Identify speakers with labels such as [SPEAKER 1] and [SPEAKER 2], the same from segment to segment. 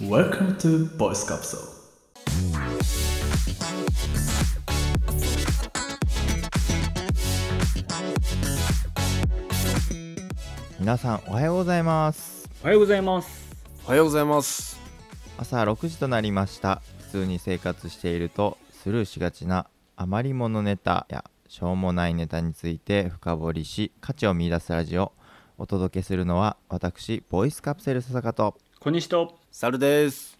[SPEAKER 1] Welcome to Voice Capsule.
[SPEAKER 2] 皆さんおはようございます
[SPEAKER 3] おはようございます。
[SPEAKER 4] おはようございます。
[SPEAKER 2] 朝6時となりました普通に生活しているとスルーしがちな余り物ネタやしょうもないネタについて深掘りし価値を見出すラジオお届けするのは私ボイスカプセル笹香と
[SPEAKER 3] 小西と
[SPEAKER 4] サルです。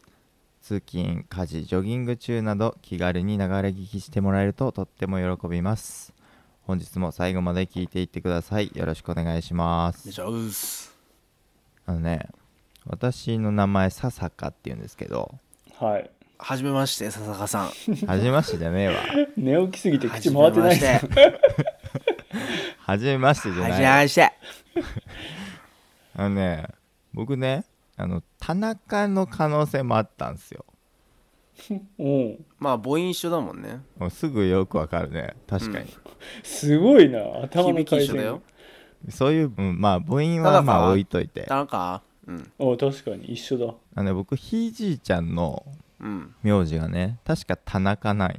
[SPEAKER 2] 通勤家事ジョギング中など気軽に流れ聞きしてもらえるととっても喜びます本日も最後まで聞いていってくださいよろしくお願いします
[SPEAKER 4] ゃうす。
[SPEAKER 2] あのね私の名前笹香っていうんですけど
[SPEAKER 3] はい。
[SPEAKER 4] はじめまして、笹川さん。
[SPEAKER 2] 初めましてじゃねえわ
[SPEAKER 3] 寝起きすぎて口回ってないで
[SPEAKER 4] はじめまして。
[SPEAKER 2] 初めましてじゃ
[SPEAKER 4] は
[SPEAKER 2] な
[SPEAKER 4] じ
[SPEAKER 2] い
[SPEAKER 4] めまして。
[SPEAKER 2] あのね僕ねあの田中の可能性もあったんですよ
[SPEAKER 3] おう
[SPEAKER 4] まあ、母音一緒だもんね。
[SPEAKER 2] もうすぐよくわかるね確かに、
[SPEAKER 3] すごいな頭の
[SPEAKER 4] 響き
[SPEAKER 3] 回
[SPEAKER 4] 一緒だ
[SPEAKER 3] 線
[SPEAKER 4] よ。
[SPEAKER 2] そういう、うんまあ母音
[SPEAKER 4] 田
[SPEAKER 2] は
[SPEAKER 4] 中
[SPEAKER 2] まあ
[SPEAKER 4] は
[SPEAKER 2] 置いといて
[SPEAKER 4] 田中うん。
[SPEAKER 3] お確かに一緒だ
[SPEAKER 2] あの、ね、僕ひいじいちゃんの
[SPEAKER 4] うん。
[SPEAKER 2] 名字がね確か田中なんよ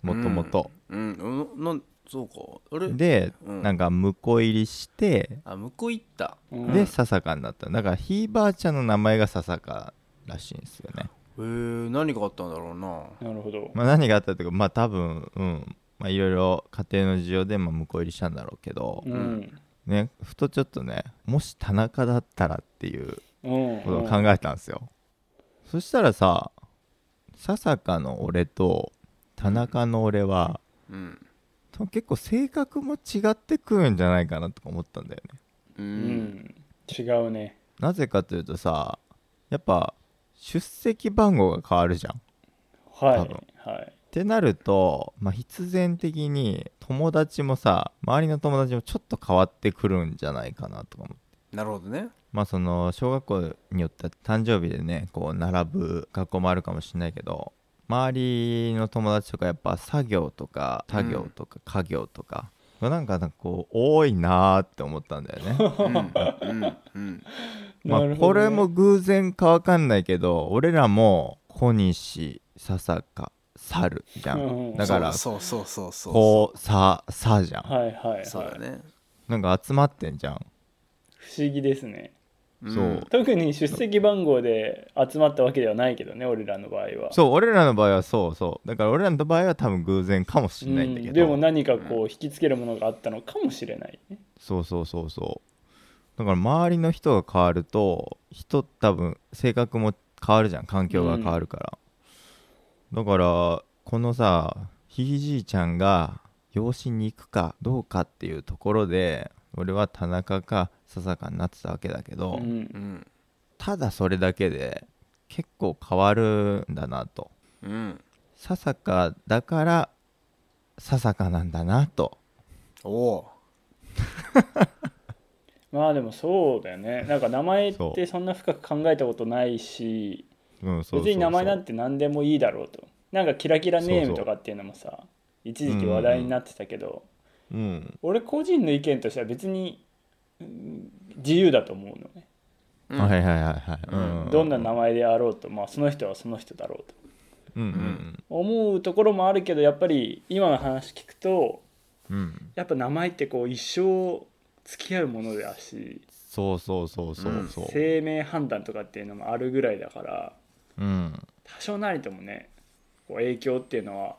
[SPEAKER 2] もともと
[SPEAKER 4] うん。うん。なんそうか。あれ
[SPEAKER 2] で、
[SPEAKER 4] うん
[SPEAKER 2] なんか婿入りして
[SPEAKER 4] あ、向こう行った。
[SPEAKER 3] うん
[SPEAKER 2] で笹香になっただからひいばあちゃんの名前が笹香らしいんですよね、
[SPEAKER 4] えー、何があったんだろうな。
[SPEAKER 3] なるほど
[SPEAKER 2] まあ、何があったというかまあ多分うんまあいろいろ家庭の事情でまあ婿入りしたんだろうけど、
[SPEAKER 3] うん
[SPEAKER 2] ね、ふとちょっとねもし田中だったらっていう
[SPEAKER 3] うん
[SPEAKER 2] ことを考えたんですよ、そしたらさ笹香の俺と田中の俺は、
[SPEAKER 4] うん。
[SPEAKER 2] 多分結構性格も違ってくるんじゃないかなとか思ったんだよね
[SPEAKER 4] う。
[SPEAKER 3] うんん違うね
[SPEAKER 2] なぜかというとさやっぱ出席番号が変わるじゃんっ
[SPEAKER 3] は
[SPEAKER 2] 多
[SPEAKER 3] い
[SPEAKER 2] 分
[SPEAKER 3] はい
[SPEAKER 2] てなると、まあ、必然的に友達もさ周りの友達もちょっと変わってくるんじゃないかなとか思って
[SPEAKER 4] なるほどね。
[SPEAKER 2] まあその小学校によっては誕生日でねこう並ぶ学校もあるかもしれないけど周りの友達とかやっぱ作業とか他業とか家業とか、なんかなんかこう多いなーって思ったん だよね
[SPEAKER 4] うん。うん。うん。
[SPEAKER 2] ま
[SPEAKER 3] なる
[SPEAKER 2] あ
[SPEAKER 3] ほ
[SPEAKER 2] こ
[SPEAKER 3] どね
[SPEAKER 2] れも偶然かわかんないけど俺らも小西笹香猿じゃ
[SPEAKER 3] うん
[SPEAKER 2] んだから
[SPEAKER 4] そうそうそうそう。
[SPEAKER 2] こうささじゃん
[SPEAKER 3] はいはい
[SPEAKER 4] そうだ
[SPEAKER 3] はい
[SPEAKER 4] ね。
[SPEAKER 2] なんか集まってんじゃん
[SPEAKER 3] 不思議ですね
[SPEAKER 4] ん
[SPEAKER 2] そう
[SPEAKER 3] 特に出席番号で集まったわけではないけどね俺らの場合は
[SPEAKER 2] そう俺らの場合はそうそうだから俺らの場合は多分偶然かもしれないんだけど、
[SPEAKER 3] うんでも何かこう引きつけるものがあったのかもしれないね
[SPEAKER 2] そうそうそうそうだから周りの人が変わると人多分性格も変わるじゃん環境が変わるから、だからこのさひいじいちゃんが養子に行くかどうかっていうところで俺は田中か笹かになってたわけだけど、
[SPEAKER 3] うん
[SPEAKER 4] うん。
[SPEAKER 2] ただそれだけで結構変わるんだなと
[SPEAKER 4] うん。
[SPEAKER 2] 笹かだから笹かなんだなと
[SPEAKER 4] おお
[SPEAKER 3] まあでもそうだよねなんか名前っ
[SPEAKER 2] そ
[SPEAKER 3] てそんな深く考えたことないし
[SPEAKER 2] うんそうそうそう
[SPEAKER 3] 別に名前なんて何でもいいだろうとなんかキラキラネームとかっていうのもさ一時期話題になってたけど、
[SPEAKER 2] うん
[SPEAKER 3] 俺個人の意見としては別にうん自由だと思うのね、
[SPEAKER 4] う
[SPEAKER 2] はい
[SPEAKER 4] ん。
[SPEAKER 2] はいはいはい、うん
[SPEAKER 3] どんな名前であろうと、まあ、その人はその人だろうと
[SPEAKER 2] うんうん
[SPEAKER 3] 思うところもあるけどやっぱり今の話聞くと
[SPEAKER 2] うんうん
[SPEAKER 3] やっぱ名前ってこう一生付き合うものだし
[SPEAKER 2] そうそうそうそうそう
[SPEAKER 3] 生命判断とかっていうのもあるぐらいだから
[SPEAKER 2] うん
[SPEAKER 3] 多少なりともねこう影響っていうのは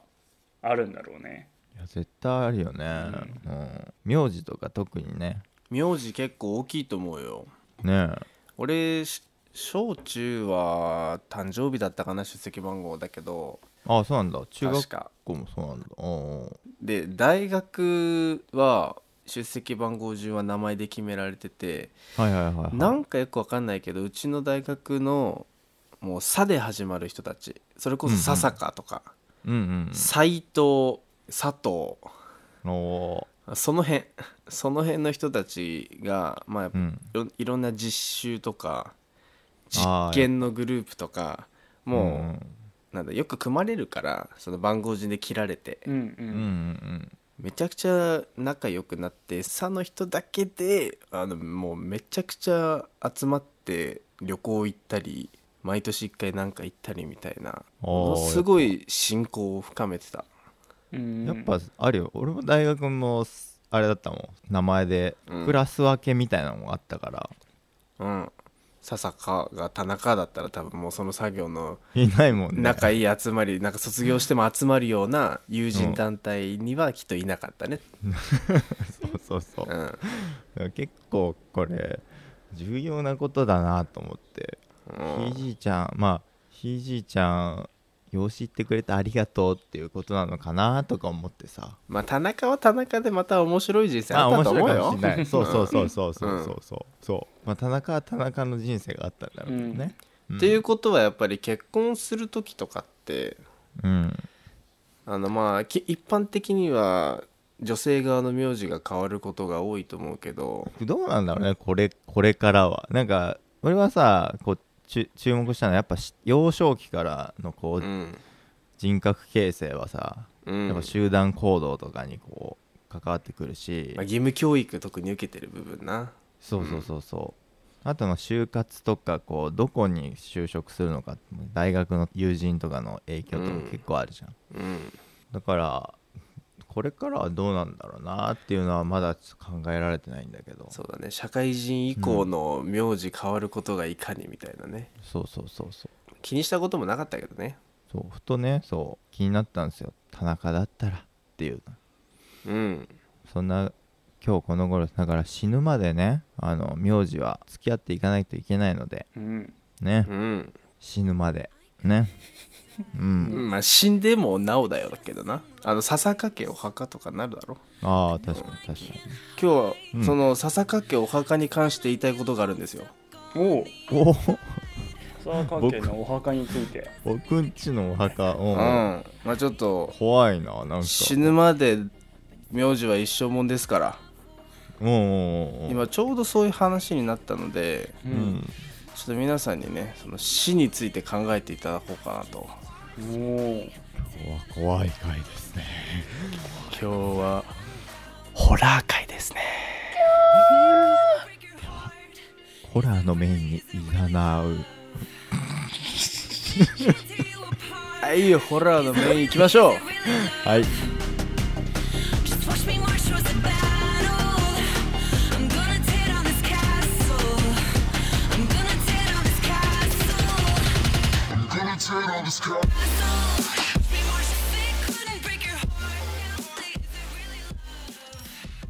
[SPEAKER 3] あるんだろうね
[SPEAKER 2] いや絶対あるよねうん名字とか特にね
[SPEAKER 4] 名字結構大きいと思うよ。
[SPEAKER 2] ね
[SPEAKER 4] 俺し小中は誕生日だったかな出席番号だけど
[SPEAKER 2] あそうなんだ中
[SPEAKER 4] 確
[SPEAKER 2] 学
[SPEAKER 4] か
[SPEAKER 2] 校もそうなんだおう
[SPEAKER 4] で大学は出席番号順は名前で決められてて
[SPEAKER 2] おうはいはいはいはい
[SPEAKER 4] なんかよくわかんないけどうちの大学のもう「さ」で始まる人たちそれこそ
[SPEAKER 2] うんうん
[SPEAKER 4] 笹香とか
[SPEAKER 2] うん
[SPEAKER 4] 斎藤佐藤
[SPEAKER 2] うんお
[SPEAKER 4] その辺 その辺の人たちがまあやっ
[SPEAKER 2] うう
[SPEAKER 4] ぱ
[SPEAKER 2] ん
[SPEAKER 4] いろいろんな実習とか
[SPEAKER 2] あー
[SPEAKER 4] 実験のグループとかもう、
[SPEAKER 2] うん
[SPEAKER 4] なんだよく組まれるからその番号順で切られて、
[SPEAKER 3] うんう
[SPEAKER 2] うんうん
[SPEAKER 3] ん
[SPEAKER 4] めちゃくちゃ仲良くなって佐の人だけであのもうめちゃくちゃ集まって旅行行ったり毎年一回なんか行ったりみたいなも
[SPEAKER 2] お
[SPEAKER 4] の
[SPEAKER 2] ー
[SPEAKER 4] すごい親交を深めてた
[SPEAKER 3] うん
[SPEAKER 2] やっぱあるよ俺も大学もすあれだったもん名前で
[SPEAKER 4] うん
[SPEAKER 2] クラス分けみたいなのもあったから、
[SPEAKER 4] うん笹かが田中だったら多分もうその作業の
[SPEAKER 2] いないもんね
[SPEAKER 4] 仲いい集まりなんか卒業しても集まるような友人団体にはきっといなかったね
[SPEAKER 2] そうそうそう
[SPEAKER 4] う、ん
[SPEAKER 2] だから結構これ重要なことだなと思って、
[SPEAKER 4] う
[SPEAKER 2] ひ
[SPEAKER 4] ん
[SPEAKER 2] いじいちゃんまあひいじいちゃん養子行ってくれてありがとうっていうことなのかなとか思ってさ
[SPEAKER 4] まあ田中は田中でまた面白い人生あ
[SPEAKER 2] あ
[SPEAKER 4] った
[SPEAKER 2] 面
[SPEAKER 4] と
[SPEAKER 2] 白い
[SPEAKER 4] 思
[SPEAKER 2] かも
[SPEAKER 4] うよ
[SPEAKER 2] し れないそうそうそうそうそううんそうそうそうまあ田中は田中の人生があったんだろうけどね、
[SPEAKER 4] っていうことはやっぱり結婚する時とかって
[SPEAKER 2] うん
[SPEAKER 4] あのまあき一般的には女性側の名字が変わることが多いと思うけど
[SPEAKER 2] どうなんだろうねこれこれからはなんか俺はさこう注注目したのはやっぱし幼少期からのこ
[SPEAKER 4] う
[SPEAKER 2] う、
[SPEAKER 4] ん
[SPEAKER 2] 人格形成はさ、
[SPEAKER 4] うん
[SPEAKER 2] やっぱ集団行動とかにこう関わってくるし、
[SPEAKER 4] まあ、義務教育特に受けてる部分な
[SPEAKER 2] そうそうそうそうあとまあ就活とかこうどこに就職するのか大学の友人とかの影響とか結構あるじゃん、
[SPEAKER 4] うん
[SPEAKER 2] だからこれからはどうなんだろうなっていうのはまだちょっと考えられてないんだけど
[SPEAKER 4] そうだね社会人以降の名字変わることがいかにみたいなね
[SPEAKER 2] そうそうそうそう
[SPEAKER 4] 気にしたこともなかったけどね
[SPEAKER 2] そうふとねそう気になったんですよ田中だったらっていう
[SPEAKER 4] うん
[SPEAKER 2] そんな今日この頃だから死ぬまでねあの名字は付き合っていかないといけないので
[SPEAKER 3] うん
[SPEAKER 2] ね、
[SPEAKER 4] うん、
[SPEAKER 2] 死ぬまでねうん
[SPEAKER 4] まあ死んでもなおだよけどなあの笹掛けお墓とかなるだろ
[SPEAKER 2] ああ確かに確か
[SPEAKER 4] 今日は、その笹掛けお墓に関して言いたいことがあるんですよ
[SPEAKER 3] おう
[SPEAKER 2] におお
[SPEAKER 3] 沢関係のお墓について
[SPEAKER 2] 僕んちのお墓う
[SPEAKER 4] うんん、まあちょっと
[SPEAKER 2] 怖いななんか
[SPEAKER 4] 死ぬまで名字は一生もんですから
[SPEAKER 2] うんうんうんうん
[SPEAKER 4] 今ちょうどそういう話になったのでちょっと皆さんにねその死について考えていただこうかなと
[SPEAKER 3] おう
[SPEAKER 2] 怖い回ですね
[SPEAKER 4] 今日はホラー界ですね
[SPEAKER 2] ホラーのメインにいざなう
[SPEAKER 4] はいホラーのメイン行きましょう
[SPEAKER 2] はい
[SPEAKER 5] Just watch me march towards the battle. I'm gonna tear down this castle. I'm gonna tear down this castle.
[SPEAKER 6] gonna turn all this crap.
[SPEAKER 5] Watch me march as they couldn't break your heart. Now they- they really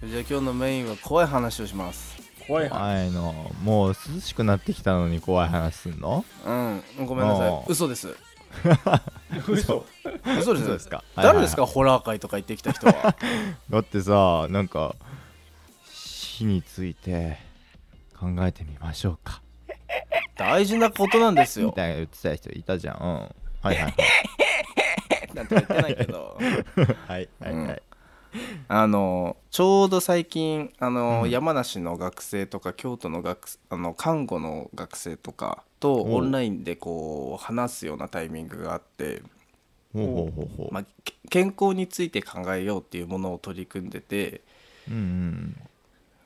[SPEAKER 4] じゃあ今日のメインは怖い話をします
[SPEAKER 3] 怖い話
[SPEAKER 2] 怖いのもう涼しくなってきたのに怖い話すんの
[SPEAKER 4] うんごめんなさ
[SPEAKER 2] あ
[SPEAKER 4] い
[SPEAKER 2] ー
[SPEAKER 4] 嘘 です
[SPEAKER 3] 嘘
[SPEAKER 4] 嘘です
[SPEAKER 2] そうですか
[SPEAKER 4] 誰ですか、
[SPEAKER 2] は
[SPEAKER 4] ホラー界とか言ってきた人は
[SPEAKER 2] いはいだってさなんか死について考えてみましょうか
[SPEAKER 4] 大事なことなんで す
[SPEAKER 2] み
[SPEAKER 4] よ
[SPEAKER 2] たいな言ってた人いたじゃんうんはい はい
[SPEAKER 4] なんて言ってないけど
[SPEAKER 2] はいはいはいはい。
[SPEAKER 4] あのちょうど最近あの、山梨の学生とか京都の学あの看護の学生とかと
[SPEAKER 2] おう
[SPEAKER 4] オンラインでこう話すようなタイミングがあって、
[SPEAKER 2] ほうほうほうほう。
[SPEAKER 4] まあ、け健康について考えようっていうものを取り組んでて
[SPEAKER 2] うん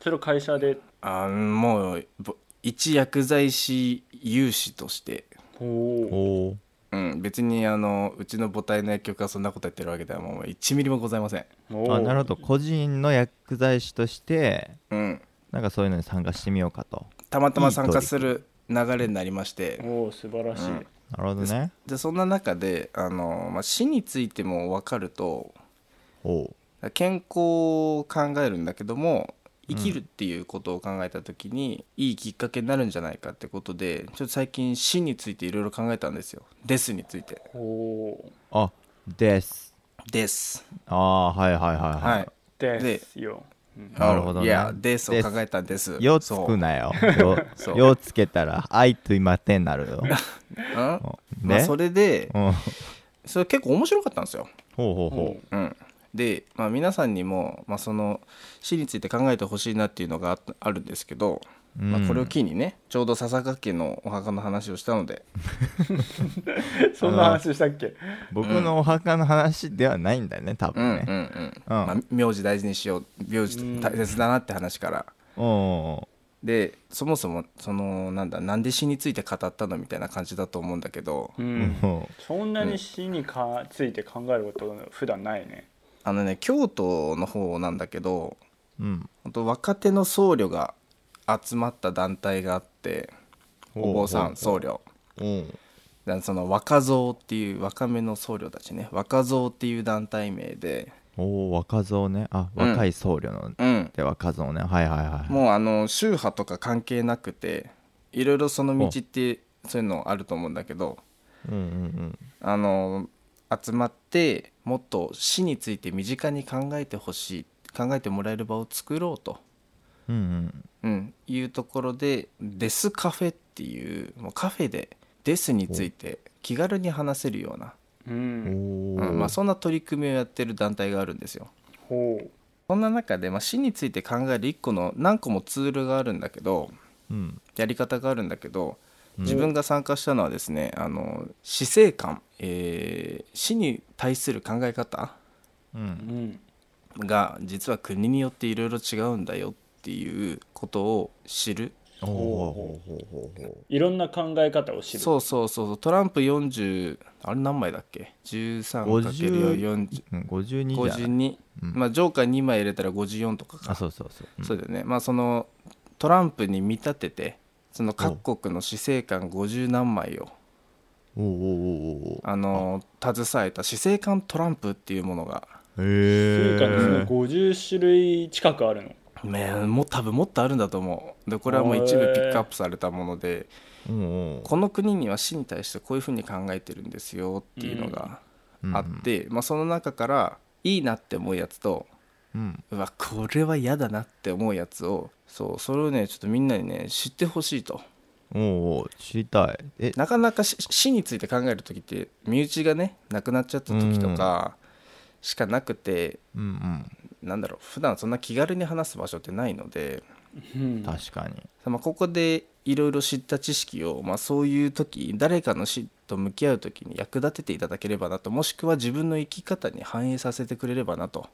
[SPEAKER 3] それを会社で
[SPEAKER 4] あもうぼ一薬剤師有志として、
[SPEAKER 3] お
[SPEAKER 2] うん。
[SPEAKER 3] お
[SPEAKER 2] おお。
[SPEAKER 4] うん、別にあのうちの母体の薬局はそんなことやってるわけではもう1ミリもございません。
[SPEAKER 3] お
[SPEAKER 2] あ
[SPEAKER 3] う
[SPEAKER 2] なるほど個人の薬剤師として
[SPEAKER 4] うん、
[SPEAKER 2] なんかそういうのに参加してみようかと。
[SPEAKER 4] たまたま参加する流れになりまして。
[SPEAKER 3] おう素晴らしい、
[SPEAKER 4] うん
[SPEAKER 2] なるほどね。
[SPEAKER 4] でそんな中であの、まあ、死についても分かると
[SPEAKER 2] おう
[SPEAKER 4] 健康を考えるんだけども生きるっていうことを考えた時に、いいきっかけになるんじゃないかってことでちょっと最近死についていろいろ考えたんですよデスについて
[SPEAKER 3] おお
[SPEAKER 2] あです。
[SPEAKER 4] です
[SPEAKER 2] ああはいはいはい
[SPEAKER 4] は
[SPEAKER 2] はい
[SPEAKER 3] ですよ
[SPEAKER 2] なるほどね
[SPEAKER 4] いやですを
[SPEAKER 2] です
[SPEAKER 4] 考えたんです
[SPEAKER 2] い。よつ
[SPEAKER 4] そう
[SPEAKER 2] くなよ。よ
[SPEAKER 4] そう
[SPEAKER 2] よつけたら愛と今手になる よ。
[SPEAKER 4] うんまあ、
[SPEAKER 2] ね
[SPEAKER 4] そ。れで
[SPEAKER 2] うん。
[SPEAKER 4] それ結構面白かったんですよ
[SPEAKER 2] ほうほうほう。
[SPEAKER 4] うん、で、まあ、皆さんにも、まあ、その死について考えてほしいなっていうのがあったあるんですけど、ま
[SPEAKER 2] う
[SPEAKER 4] あ、
[SPEAKER 2] ん
[SPEAKER 4] これを機にねちょうど笹掛家のお墓の話をしたので
[SPEAKER 3] そんな話したっけ
[SPEAKER 2] 僕のお墓の話ではないんだよね多
[SPEAKER 4] うんう
[SPEAKER 2] 分
[SPEAKER 4] んうん
[SPEAKER 2] ね。、
[SPEAKER 4] まあ、名字大事にしよう名字大切だなって話から
[SPEAKER 2] おうおう
[SPEAKER 4] でそもそもそのなんだなんで死について語ったのみたいな感じだと思うんだけど
[SPEAKER 3] うん
[SPEAKER 2] も
[SPEAKER 3] そんなに死にかついて考えること普段ないね
[SPEAKER 4] あのね京都の方なんだけど
[SPEAKER 2] ううん
[SPEAKER 4] 本当若手の僧侶が集まった団体があってお坊さん僧侶
[SPEAKER 2] うん
[SPEAKER 4] だからその若造っていう若めの僧侶たちね若造っていう団体名で
[SPEAKER 2] おお若造ねあ
[SPEAKER 4] うん
[SPEAKER 2] 若い僧侶の
[SPEAKER 4] うん
[SPEAKER 2] で若造ねはいはいはい
[SPEAKER 4] もうあの宗派とか関係なくていろいろその道ってそういうのあると思うんだけど
[SPEAKER 2] うんうん
[SPEAKER 4] あの集まってもっと死について身近に考えてほしい考えてもらえる場を作ろうと、
[SPEAKER 2] うんうん
[SPEAKER 4] うん、いうところでデスカフェっていうもうカフェでデスについて気軽に話せるような、
[SPEAKER 3] う
[SPEAKER 2] うんんお
[SPEAKER 4] う
[SPEAKER 2] ー
[SPEAKER 4] んまあ、そんな取り組みをやってる団体があるんですよ。
[SPEAKER 3] ほう
[SPEAKER 4] そんな中で、まあ、死について考える一個の何個もツールがあるんだけど
[SPEAKER 2] うん
[SPEAKER 4] やり方があるんだけど自分が参加したのはですね、あの死生観、えー死に対する考え方
[SPEAKER 2] う
[SPEAKER 3] うんん
[SPEAKER 4] が実は国によっていろいろ違うんだよっていうことを知る
[SPEAKER 2] おお
[SPEAKER 3] いろんな考え方を知る
[SPEAKER 4] そうそうそうそうトランプ40あれ何枚だっけ
[SPEAKER 2] 52じゃな
[SPEAKER 4] 13×4052、
[SPEAKER 2] い
[SPEAKER 4] 52
[SPEAKER 2] うん
[SPEAKER 4] まあジョーカー2枚入れたら54とかか
[SPEAKER 2] あそうそうそううん
[SPEAKER 4] そうだよねまあそのトランプに見立ててその各国の死生観50何枚を
[SPEAKER 2] おーおーおーお
[SPEAKER 4] あの携えた死生観トランプっていうものが、
[SPEAKER 2] ー
[SPEAKER 3] 中華にそ
[SPEAKER 2] へ
[SPEAKER 3] の50種類近くあるの
[SPEAKER 4] ね、もう多分もっとあるんだと思うでこれはもう一部
[SPEAKER 3] へー
[SPEAKER 4] ピックアップされたもので
[SPEAKER 2] えうんうん
[SPEAKER 4] この国には死に対してこういうふうに考えてるんですよっていうのがあって、まあ、その中からいいなって思うやつと
[SPEAKER 2] うん
[SPEAKER 4] うわこれは嫌だなって思うやつをそうそれをねちょっとみんなにね知ってほしいと。
[SPEAKER 2] おーおー知りたいえ
[SPEAKER 4] なかなかし死について考える時って身内がね亡くなっちゃった時とかしかなくて、
[SPEAKER 2] うん
[SPEAKER 4] なんだろう普段そんな気軽に話す場所ってないので、
[SPEAKER 3] うん
[SPEAKER 2] うん確かに
[SPEAKER 4] まあ、ここでいろいろ知った知識を、まあ、そういう時誰かの死と向き合う時に役立てていただければなともしくは自分の生き方に反映させてくれればなと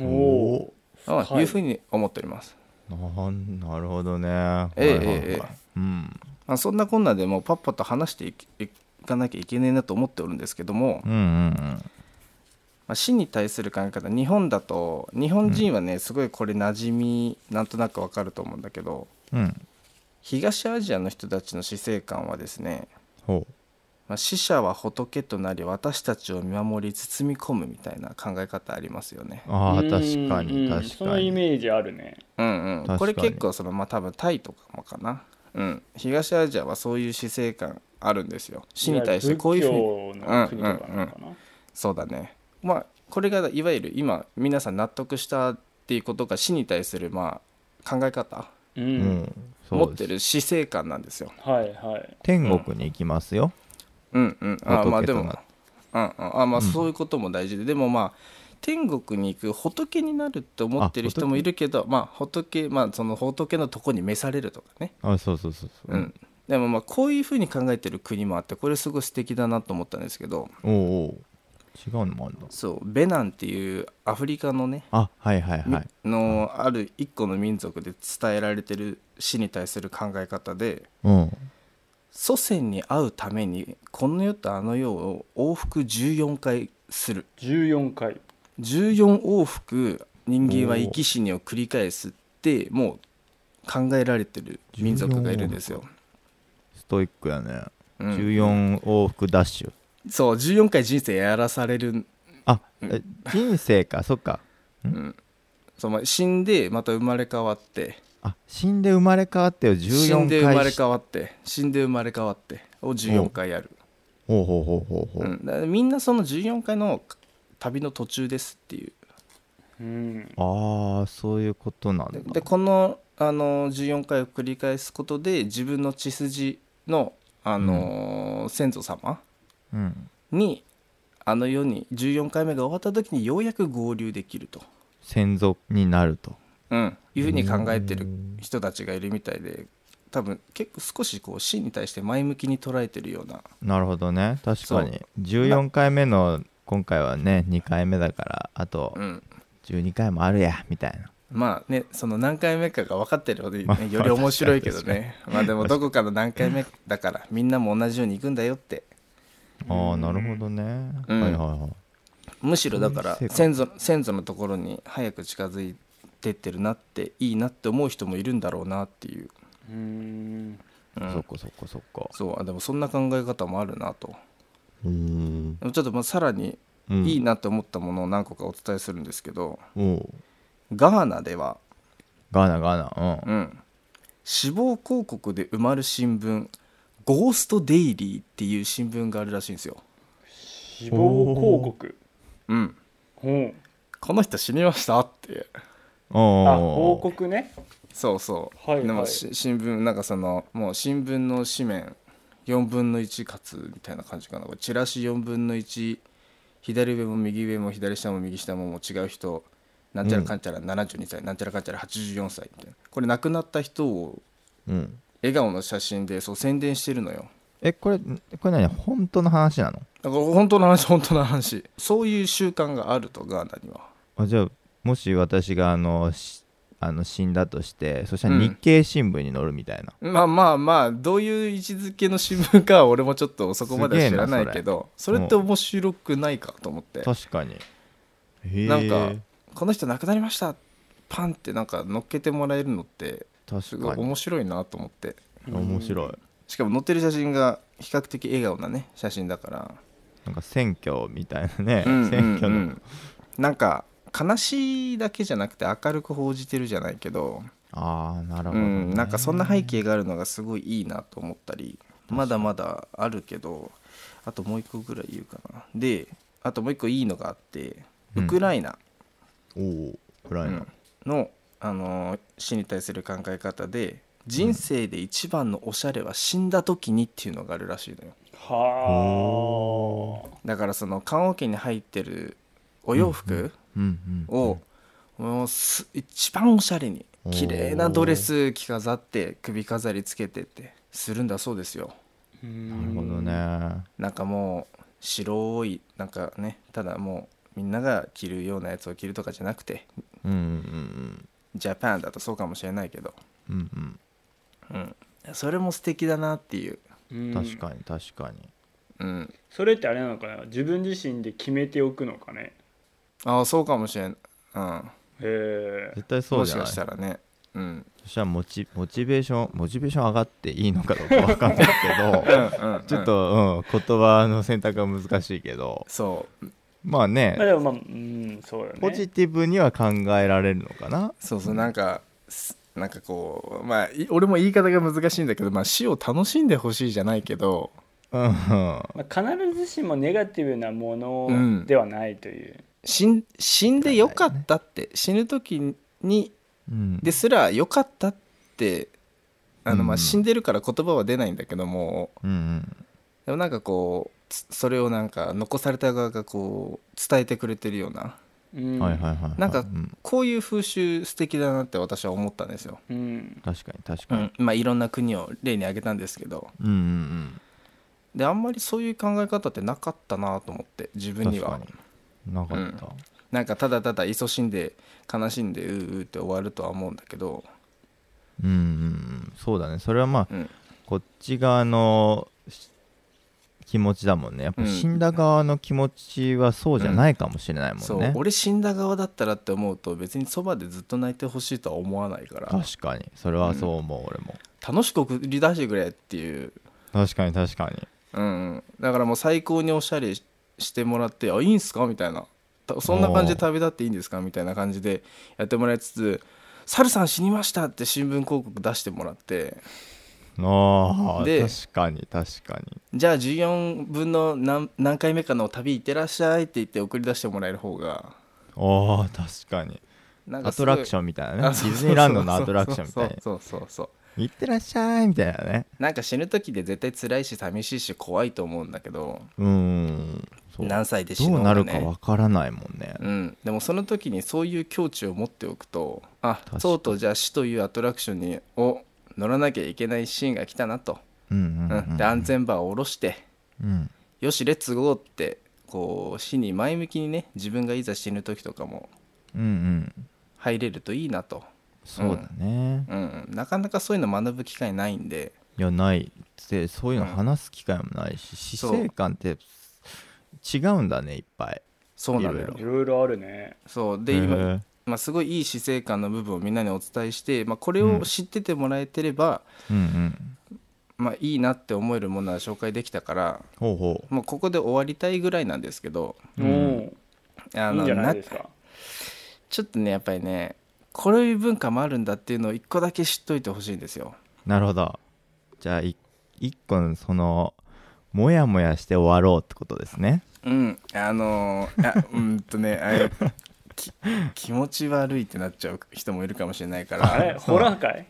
[SPEAKER 3] おお
[SPEAKER 4] あ
[SPEAKER 3] はい
[SPEAKER 4] いうふうに思っております。
[SPEAKER 2] なんなるほどねえ
[SPEAKER 4] ええええええ
[SPEAKER 2] うん
[SPEAKER 4] まあ、そんなこんなでもうパッパと話していきいかなきゃいけねえなと思っておるんですけども、
[SPEAKER 2] うんうん
[SPEAKER 4] まあ、死に対する考え方日本だと日本人はね、すごいこれ馴染みなんとなくわかると思うんだけど
[SPEAKER 2] うんうん
[SPEAKER 4] 東アジアの人たちの死生観はですね、
[SPEAKER 2] ほ
[SPEAKER 4] まあ、死者は仏となり私たちを見守り包み込むみたいな考え方ありますよね
[SPEAKER 2] う。ああ
[SPEAKER 3] うん
[SPEAKER 2] 確か
[SPEAKER 3] う
[SPEAKER 2] に
[SPEAKER 3] ん
[SPEAKER 2] 確
[SPEAKER 3] その
[SPEAKER 2] か
[SPEAKER 3] イ
[SPEAKER 2] に
[SPEAKER 3] メージあるね
[SPEAKER 4] うんう
[SPEAKER 2] か
[SPEAKER 4] ん、
[SPEAKER 2] に
[SPEAKER 4] これ結構そのまあ多分タイとかもかな、うん、東アジアはそういう死生観あるんですよ死に対してこういうふうに
[SPEAKER 3] にの国とかなのかな
[SPEAKER 4] そうだねまあこれがいわゆる今皆さん納得したっていうことが死に対するまあ考え方
[SPEAKER 3] う
[SPEAKER 2] うんんそ
[SPEAKER 4] 持
[SPEAKER 2] う
[SPEAKER 4] っ
[SPEAKER 2] です
[SPEAKER 4] てる死生観なんですよ。
[SPEAKER 3] はいはい
[SPEAKER 2] 天国に行きますよ
[SPEAKER 4] うんうん。あーまあ
[SPEAKER 2] 仏
[SPEAKER 4] で
[SPEAKER 2] と
[SPEAKER 4] も、う
[SPEAKER 2] なんっ
[SPEAKER 4] うん
[SPEAKER 2] て、
[SPEAKER 4] あーまあそういうことも大事で、でもまあ天国に行く仏になるって思ってる人もいるけど、まあ仏まあその仏のとこに召されるとかね。
[SPEAKER 2] あそうそうそうそう
[SPEAKER 4] うん。でもまあこういうふうに考えてる国もあってこれすごい素敵だなと思ったんですけど
[SPEAKER 2] おうおう違うのもあるんだ
[SPEAKER 4] そうベナンっていうアフリカのね
[SPEAKER 2] あはいはいはい
[SPEAKER 4] のある一個の民族で伝えられてる死に対する考え方で
[SPEAKER 2] うん
[SPEAKER 4] 祖先に会うためにこの世とあの世を往復14回する
[SPEAKER 3] 14回
[SPEAKER 4] 14往復人間は生き死にを繰り返すってもう考えられてる民族がいるんですよ、
[SPEAKER 2] ストイックやね
[SPEAKER 4] うん
[SPEAKER 2] 14往復ダッシュ
[SPEAKER 4] そう14回人生やらされる、
[SPEAKER 2] あえ人生かそっか
[SPEAKER 4] うんそうまあ死んでまた生まれ変わって
[SPEAKER 2] あ死んで生まれ変わってよ
[SPEAKER 4] 死ん
[SPEAKER 2] 14
[SPEAKER 4] で生まれ
[SPEAKER 2] 回し
[SPEAKER 4] 変わって死んで生まれ変わってを14回やる
[SPEAKER 2] ほうほうほうほうほ
[SPEAKER 4] う、
[SPEAKER 2] うん
[SPEAKER 4] だからみんなその14回の旅の途中ですっていう
[SPEAKER 3] うん
[SPEAKER 2] ああそういうことなんだ
[SPEAKER 4] ででこのあの14回を繰り返すことで自分の血筋の、あのー先祖様
[SPEAKER 2] うん
[SPEAKER 4] にあの世に14回目が終わった時にようやく合流できると、
[SPEAKER 2] 先祖になると
[SPEAKER 4] うん、いうふうに考えてる
[SPEAKER 2] うん
[SPEAKER 4] 人たちがいるみたいで多分結構少しこう死に対して前向きに捉えてるような
[SPEAKER 2] なるほどね確かに14回目の今回はね2回目だからあと
[SPEAKER 4] うん
[SPEAKER 2] 12回もあるやみたいな
[SPEAKER 4] まあねその何回目かが分かってるので、ね
[SPEAKER 2] まあ、
[SPEAKER 4] より面白いけどねまあでもどこかの何回目だからみんなも同じように行くんだよって
[SPEAKER 2] ああなるほどね、
[SPEAKER 4] うん
[SPEAKER 2] はいはいはい
[SPEAKER 4] むしろだから
[SPEAKER 2] そういう
[SPEAKER 4] 先祖先祖のところに早く近づいてってるなっていいなって思う人もいるんだろうなっていう、
[SPEAKER 3] うーん
[SPEAKER 4] うん
[SPEAKER 2] そっかそっかそっか
[SPEAKER 4] そうあでもそんな考え方もあるなと
[SPEAKER 2] うーん
[SPEAKER 4] でもちょっとまあさらに
[SPEAKER 2] うん
[SPEAKER 4] いいなと思ったものを何個かお伝えするんですけど、
[SPEAKER 2] おう
[SPEAKER 4] ガーナでは、
[SPEAKER 2] ガーナガーナうん
[SPEAKER 4] うん、死亡広告で埋まる新聞ゴーストデイリーっていう新聞があるらしいんですよ、
[SPEAKER 3] 死亡広告
[SPEAKER 4] うん、
[SPEAKER 3] うん
[SPEAKER 4] この人死にましたって
[SPEAKER 2] お
[SPEAKER 3] あ
[SPEAKER 2] う
[SPEAKER 3] 報告ね
[SPEAKER 4] そうそう、
[SPEAKER 3] はいはい
[SPEAKER 4] でもし新聞なんかそのもう新聞の紙面4分の1かつみたいな感じかなこれチラシ4分の1左上も右上も左下も右下ももう違う人なんちゃらかんちゃら72歳、なんちゃらかんちゃら84歳みたいなこれ亡くなった人を
[SPEAKER 2] うん
[SPEAKER 4] 笑顔の写真でそう宣伝してるのよ
[SPEAKER 2] えこれこれ何本当の話なの
[SPEAKER 4] だから本当の話本当の話そういう習慣があるとガーナには
[SPEAKER 2] あじゃあもし私があのしあの死んだとしてそしたら
[SPEAKER 4] うん
[SPEAKER 2] 日経新聞に載るみたいな、
[SPEAKER 4] まあまあまあどういう位置づけの新聞かは俺もちょっとそこまで
[SPEAKER 2] す
[SPEAKER 4] は
[SPEAKER 2] げえ
[SPEAKER 4] 知
[SPEAKER 2] な
[SPEAKER 4] らないけどそ
[SPEAKER 2] れ
[SPEAKER 4] れって面白くないかと思って
[SPEAKER 2] 確かにへえ
[SPEAKER 4] なんかこの人亡くなりましたパンってなんか乗っけてもらえるのってす
[SPEAKER 2] 確
[SPEAKER 4] ご
[SPEAKER 2] か
[SPEAKER 4] い
[SPEAKER 2] に
[SPEAKER 4] 面白いなと思って
[SPEAKER 2] 面白い
[SPEAKER 4] しかも載ってる写真が比較的笑顔なね写真だから
[SPEAKER 2] なんか選挙みたいなね、
[SPEAKER 4] うんうんう
[SPEAKER 2] 選挙の、
[SPEAKER 4] んなんか悲しいだけじゃなくて明るく報じてるじゃないけど
[SPEAKER 2] ああなるほ
[SPEAKER 4] う
[SPEAKER 2] ど、ね
[SPEAKER 4] ん、なんかそんな背景があるのがすごいいいなと思ったりまだまだあるけどあともう一個ぐらい言うかなであともう一個いいのがあって
[SPEAKER 2] うん
[SPEAKER 4] ウクライナ
[SPEAKER 2] おおウクライナ、
[SPEAKER 4] の,、あのー死に対する考え方で人生で一番のおしゃれは死んだ時にっていうのがあるらしいのよ
[SPEAKER 3] は
[SPEAKER 4] だからその棺桶に入ってるお洋服
[SPEAKER 2] うんうん
[SPEAKER 4] を、もうす一番おしゃれに綺麗なドレス着飾って首飾りつけてってするんだそうですよ
[SPEAKER 3] あ
[SPEAKER 2] なるほどね
[SPEAKER 4] なんかもう白いなんかねただもうみんなが着るようなやつを着るとかじゃなくて
[SPEAKER 2] うんうん
[SPEAKER 4] ジャパンだとそうかもしれないけど、
[SPEAKER 2] うんうんうん
[SPEAKER 4] うん、それも素敵だなっていう、
[SPEAKER 3] うん
[SPEAKER 2] 確かに確かに
[SPEAKER 4] うん、
[SPEAKER 3] それってあれなのかな自分自身で決めておくのかね
[SPEAKER 4] ああそうかもしれん、うん、
[SPEAKER 3] へえ
[SPEAKER 2] 絶対そ
[SPEAKER 4] も
[SPEAKER 2] うじ
[SPEAKER 4] し
[SPEAKER 2] ゃな
[SPEAKER 4] か
[SPEAKER 2] い
[SPEAKER 4] したらね、うん、
[SPEAKER 2] そしたらモチモチベーションモチベーション上がっていいのかどうか分かんないけ どちょっと、うん、言葉の選択は難しいけど
[SPEAKER 4] そう
[SPEAKER 2] まあね
[SPEAKER 3] まあでもまあうんそうよね
[SPEAKER 2] ポジティブには考えられるのかな
[SPEAKER 4] そうそうなんかすなんかこうまあい俺も言い方が難しいんだけど、まあ、死を楽しんでほしいじゃないけど
[SPEAKER 2] うんうん
[SPEAKER 3] まあ、必ずしもネガティブなも
[SPEAKER 4] う
[SPEAKER 3] の
[SPEAKER 4] ん
[SPEAKER 3] ではないという、
[SPEAKER 4] 死ん死んでよかったって、死ぬ時に
[SPEAKER 2] うん
[SPEAKER 4] ですら良かったってあの
[SPEAKER 2] う
[SPEAKER 4] まあ
[SPEAKER 2] ん
[SPEAKER 4] 死んでるから言葉は出ないんだけども
[SPEAKER 2] うんうん
[SPEAKER 4] でもなんかこうつそれをなんか残された側がこう伝えてくれてるような
[SPEAKER 3] うん
[SPEAKER 2] はいはいはいはい
[SPEAKER 4] なんか
[SPEAKER 2] うん
[SPEAKER 4] こういう風習素敵だなって私は思ったんですよ。
[SPEAKER 3] うん
[SPEAKER 2] 確かに確
[SPEAKER 4] う
[SPEAKER 2] かに
[SPEAKER 4] ん、まあいろんな国を例に挙げたんですけど
[SPEAKER 2] うんうん
[SPEAKER 4] であんまりそういう考え方ってなかったなと思って自
[SPEAKER 2] うん
[SPEAKER 4] 分に
[SPEAKER 2] 確
[SPEAKER 4] は
[SPEAKER 2] かになかった
[SPEAKER 4] なんかただただ勤しんで悲しんでうーうーって終わるとは思うんだけど、
[SPEAKER 2] うんうんうんそうだねそれはまあ
[SPEAKER 4] うん、
[SPEAKER 2] こっち側のし気持ちだもんねやっぱ
[SPEAKER 4] うん
[SPEAKER 2] 死んだ側の気持ちはそうじゃないかもしれないも
[SPEAKER 4] そ
[SPEAKER 2] ん
[SPEAKER 4] う
[SPEAKER 2] ね、
[SPEAKER 4] 俺死んだ側だったらって思うと別にそばでずっと泣いてほしいとは思わないから
[SPEAKER 2] 確かにそれはそう思う、俺も
[SPEAKER 4] 楽しく送り出してくれっていう、
[SPEAKER 2] 確かに確かに
[SPEAKER 4] うん、だからもう最高におしゃれししてもらって「あいいんすか?」みたいなたそんな感じで旅立っていいんですかみたいな感じでやってもらいつつ「猿さん死にました」って新聞広告出してもらって
[SPEAKER 2] ああ
[SPEAKER 4] で
[SPEAKER 2] 確かに確かに
[SPEAKER 4] 「じゃあ14分の何何回目かの旅行ってらっしゃい」って言って送り出してもらえる方が
[SPEAKER 2] ああ確かに
[SPEAKER 4] なんか
[SPEAKER 2] ア
[SPEAKER 4] す
[SPEAKER 2] ト
[SPEAKER 4] ごい
[SPEAKER 2] ラクションみたいなね
[SPEAKER 4] あ
[SPEAKER 2] デ
[SPEAKER 4] そ
[SPEAKER 2] ィ
[SPEAKER 4] うそうそう
[SPEAKER 2] ズニーランドのアトラクションみたいに
[SPEAKER 4] そうそうそうそう
[SPEAKER 2] 「行ってらっしゃい」みたいなね
[SPEAKER 4] なんか死ぬ時で絶対辛いし寂しいし怖いと思うんだけど
[SPEAKER 2] うーんそう
[SPEAKER 4] 何歳で死ぬ
[SPEAKER 2] ど
[SPEAKER 4] の
[SPEAKER 2] うなるか
[SPEAKER 4] ね
[SPEAKER 2] わからないもんね
[SPEAKER 4] うん、でもその時にそういう境地を持っておくとあ
[SPEAKER 2] かに
[SPEAKER 4] とうとうじゃあ死というアトラクションにを乗らなきゃいけないシーンが来たなと、
[SPEAKER 2] うん
[SPEAKER 4] う
[SPEAKER 2] うんん、うん
[SPEAKER 4] で安全バーを下ろして
[SPEAKER 2] うん
[SPEAKER 4] よしレッツゴーってこう死に前向きにね自分がいざ死ぬ時とかも
[SPEAKER 2] うんうん
[SPEAKER 4] 入れるといいなと、
[SPEAKER 2] そうだね、
[SPEAKER 4] うんうん、なかなかそういうの学ぶ機会ないんで
[SPEAKER 2] いやないってそういうの
[SPEAKER 4] うん
[SPEAKER 2] 話す機会もないし、死
[SPEAKER 4] そう
[SPEAKER 2] 生観って違うんだねいっぱい
[SPEAKER 4] そうなんだよ
[SPEAKER 2] いろい
[SPEAKER 3] いろいろあるね
[SPEAKER 4] そうで
[SPEAKER 2] へえ
[SPEAKER 4] 今、まあ、すごいいい死生観の部分をみんなにお伝えして、まあ、これ
[SPEAKER 2] うん
[SPEAKER 4] を知っててもらえてれば、
[SPEAKER 2] うんうん
[SPEAKER 4] まあ、いいなって思えるものは紹介できたから
[SPEAKER 2] ほうほう
[SPEAKER 4] もうここで終わりたいぐらいなんですけど
[SPEAKER 2] う
[SPEAKER 3] うんん
[SPEAKER 4] あ
[SPEAKER 3] いいんじゃない
[SPEAKER 4] な
[SPEAKER 3] ですか
[SPEAKER 4] ちょっとねやっぱりねこういう文化もあるんだっていうのを一個だけ知っといてほしいんですよ。
[SPEAKER 2] なるほどじゃあい一個のそのモヤモヤして終わろうってことですね
[SPEAKER 4] うん、あのー、あ うんとねあれき気持ち悪いってなっちゃう人もいるかもしれないから
[SPEAKER 3] あれホラー界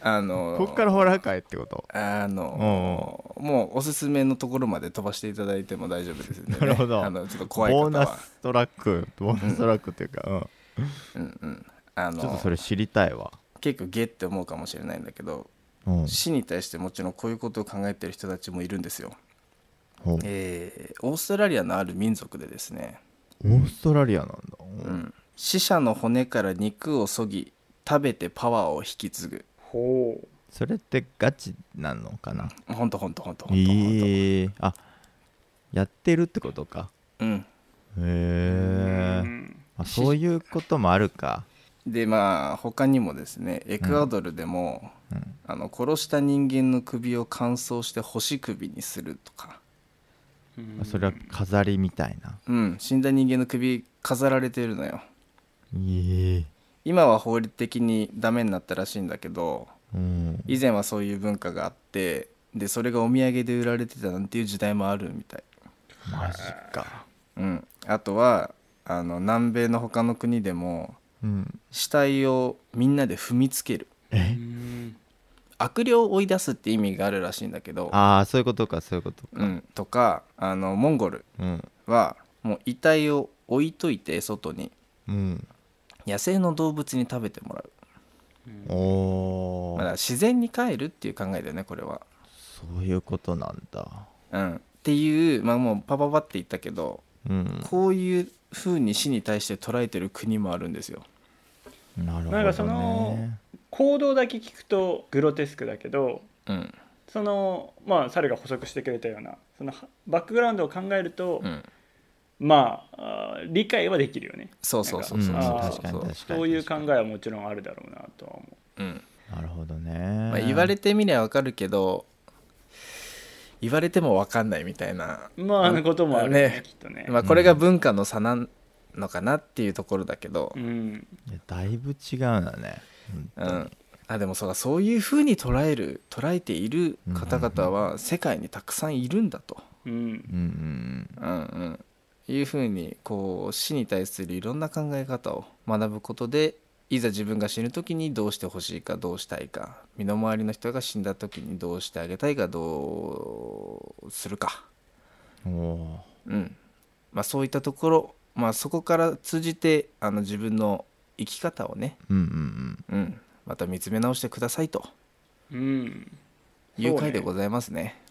[SPEAKER 4] あのー
[SPEAKER 2] こっからホラー界ってこと
[SPEAKER 4] あのーもうおすすめのところまで飛ばしていただいても大丈夫ですんで、ね、
[SPEAKER 2] なるほど
[SPEAKER 4] あのちょっと怖い
[SPEAKER 2] ボー
[SPEAKER 4] 方
[SPEAKER 2] ナ
[SPEAKER 4] は、
[SPEAKER 2] ストラックボーナストラックっていうか、うん
[SPEAKER 4] うんうん、あの
[SPEAKER 2] ちょっとそ
[SPEAKER 4] ー
[SPEAKER 2] れ知りたいわ、
[SPEAKER 4] 結構ゲって思うかもしれないんだけど
[SPEAKER 2] うん、
[SPEAKER 4] 死に対してもちろんこういうことを考えてる人たちもいるんですよ、
[SPEAKER 2] ほう
[SPEAKER 4] えーオーストラリアのある民族でですね、
[SPEAKER 2] オーストラリアなんだ、
[SPEAKER 4] うん、死者の骨から肉をそぎ食べてパワーを引き継ぐ
[SPEAKER 3] ほう
[SPEAKER 2] それってガチなのかな
[SPEAKER 4] ほんとほんとほんとほんとほんと、
[SPEAKER 2] ええあやってるってことか
[SPEAKER 4] うん
[SPEAKER 2] へ
[SPEAKER 3] う
[SPEAKER 2] え
[SPEAKER 3] ん
[SPEAKER 2] あそういうこともあるか
[SPEAKER 4] でまあ他にもですねエクアドルでも、
[SPEAKER 2] うん
[SPEAKER 4] あの殺した人間の首を乾燥して干し首にするとか、
[SPEAKER 3] うん
[SPEAKER 2] それは飾りみたいな
[SPEAKER 4] うん、死んだ人間の首飾られてるのよ
[SPEAKER 2] ええ
[SPEAKER 4] 今は法律的にダメになったらしいんだけど
[SPEAKER 2] うん
[SPEAKER 4] 以前はそういう文化があってでそれがお土産で売られてたなんていう時代もあるみたい、
[SPEAKER 2] マジか
[SPEAKER 4] うん、あとはあの南米の他の国でも
[SPEAKER 2] うん
[SPEAKER 4] 死体をみんなで踏みつける
[SPEAKER 2] え
[SPEAKER 3] うん
[SPEAKER 4] 悪霊を追い出すって意味があるらしいんだけど、
[SPEAKER 2] ああそういうことかそういうことか
[SPEAKER 4] うん、とかあのモンゴル
[SPEAKER 2] うん
[SPEAKER 4] はもう遺体を置いといて外に
[SPEAKER 2] うん
[SPEAKER 4] 野生の動物に食べてもらう、
[SPEAKER 2] お
[SPEAKER 4] ま
[SPEAKER 2] ー
[SPEAKER 4] あだから自然に帰るっていう考えだよねこれは、
[SPEAKER 2] そういうことなんだ
[SPEAKER 4] うん、っていう、まあ、もうパパパって言ったけど
[SPEAKER 2] うん
[SPEAKER 4] こういう風に死に対して捉えてる国もあるんですよ
[SPEAKER 2] なるほどね
[SPEAKER 3] なんかその行動だけ聞くとグロテスクだけど
[SPEAKER 4] うん
[SPEAKER 3] そのまあ猿が捕食してくれたようなそのはバックグラウンドを考えると、
[SPEAKER 4] うん
[SPEAKER 3] まああー理解はできるよね
[SPEAKER 4] そうそうそううんそう
[SPEAKER 3] あー
[SPEAKER 2] 確かに確かに
[SPEAKER 3] そういう考
[SPEAKER 2] 確
[SPEAKER 3] えはもちろんあるだろうなとは思う
[SPEAKER 4] そううん
[SPEAKER 2] かになるほどね
[SPEAKER 4] まあ、言われてみりゃわかるけど言われてもわかんないみたいな、
[SPEAKER 3] まああのこともあるよね
[SPEAKER 4] ね
[SPEAKER 3] きっとね、
[SPEAKER 4] まあ、これが文化の差なのかなっていうところだけど
[SPEAKER 3] う、ん
[SPEAKER 2] いやだいぶ違うんだね
[SPEAKER 4] うんあでもそうかそういうふうに捉える捉えている方々は世界にたくさんいるんだと、
[SPEAKER 3] うん
[SPEAKER 2] うんうん
[SPEAKER 4] うんうん、いうふうにこう死に対するいろんな考え方を学ぶことでいざ自分が死ぬ時にどうしてほしいかどうしたいか身の回りの人が死んだ時にどうしてあげたいかどうするか、
[SPEAKER 2] うんおー
[SPEAKER 4] うんまあ、そういったところ、まあ、そこから通じてあの自分の生き方をね、
[SPEAKER 2] うんうん
[SPEAKER 4] うん、また見つめ直してくださいと
[SPEAKER 3] うん
[SPEAKER 4] いう
[SPEAKER 3] そう
[SPEAKER 4] 回
[SPEAKER 3] ね
[SPEAKER 4] でございますね。
[SPEAKER 2] うん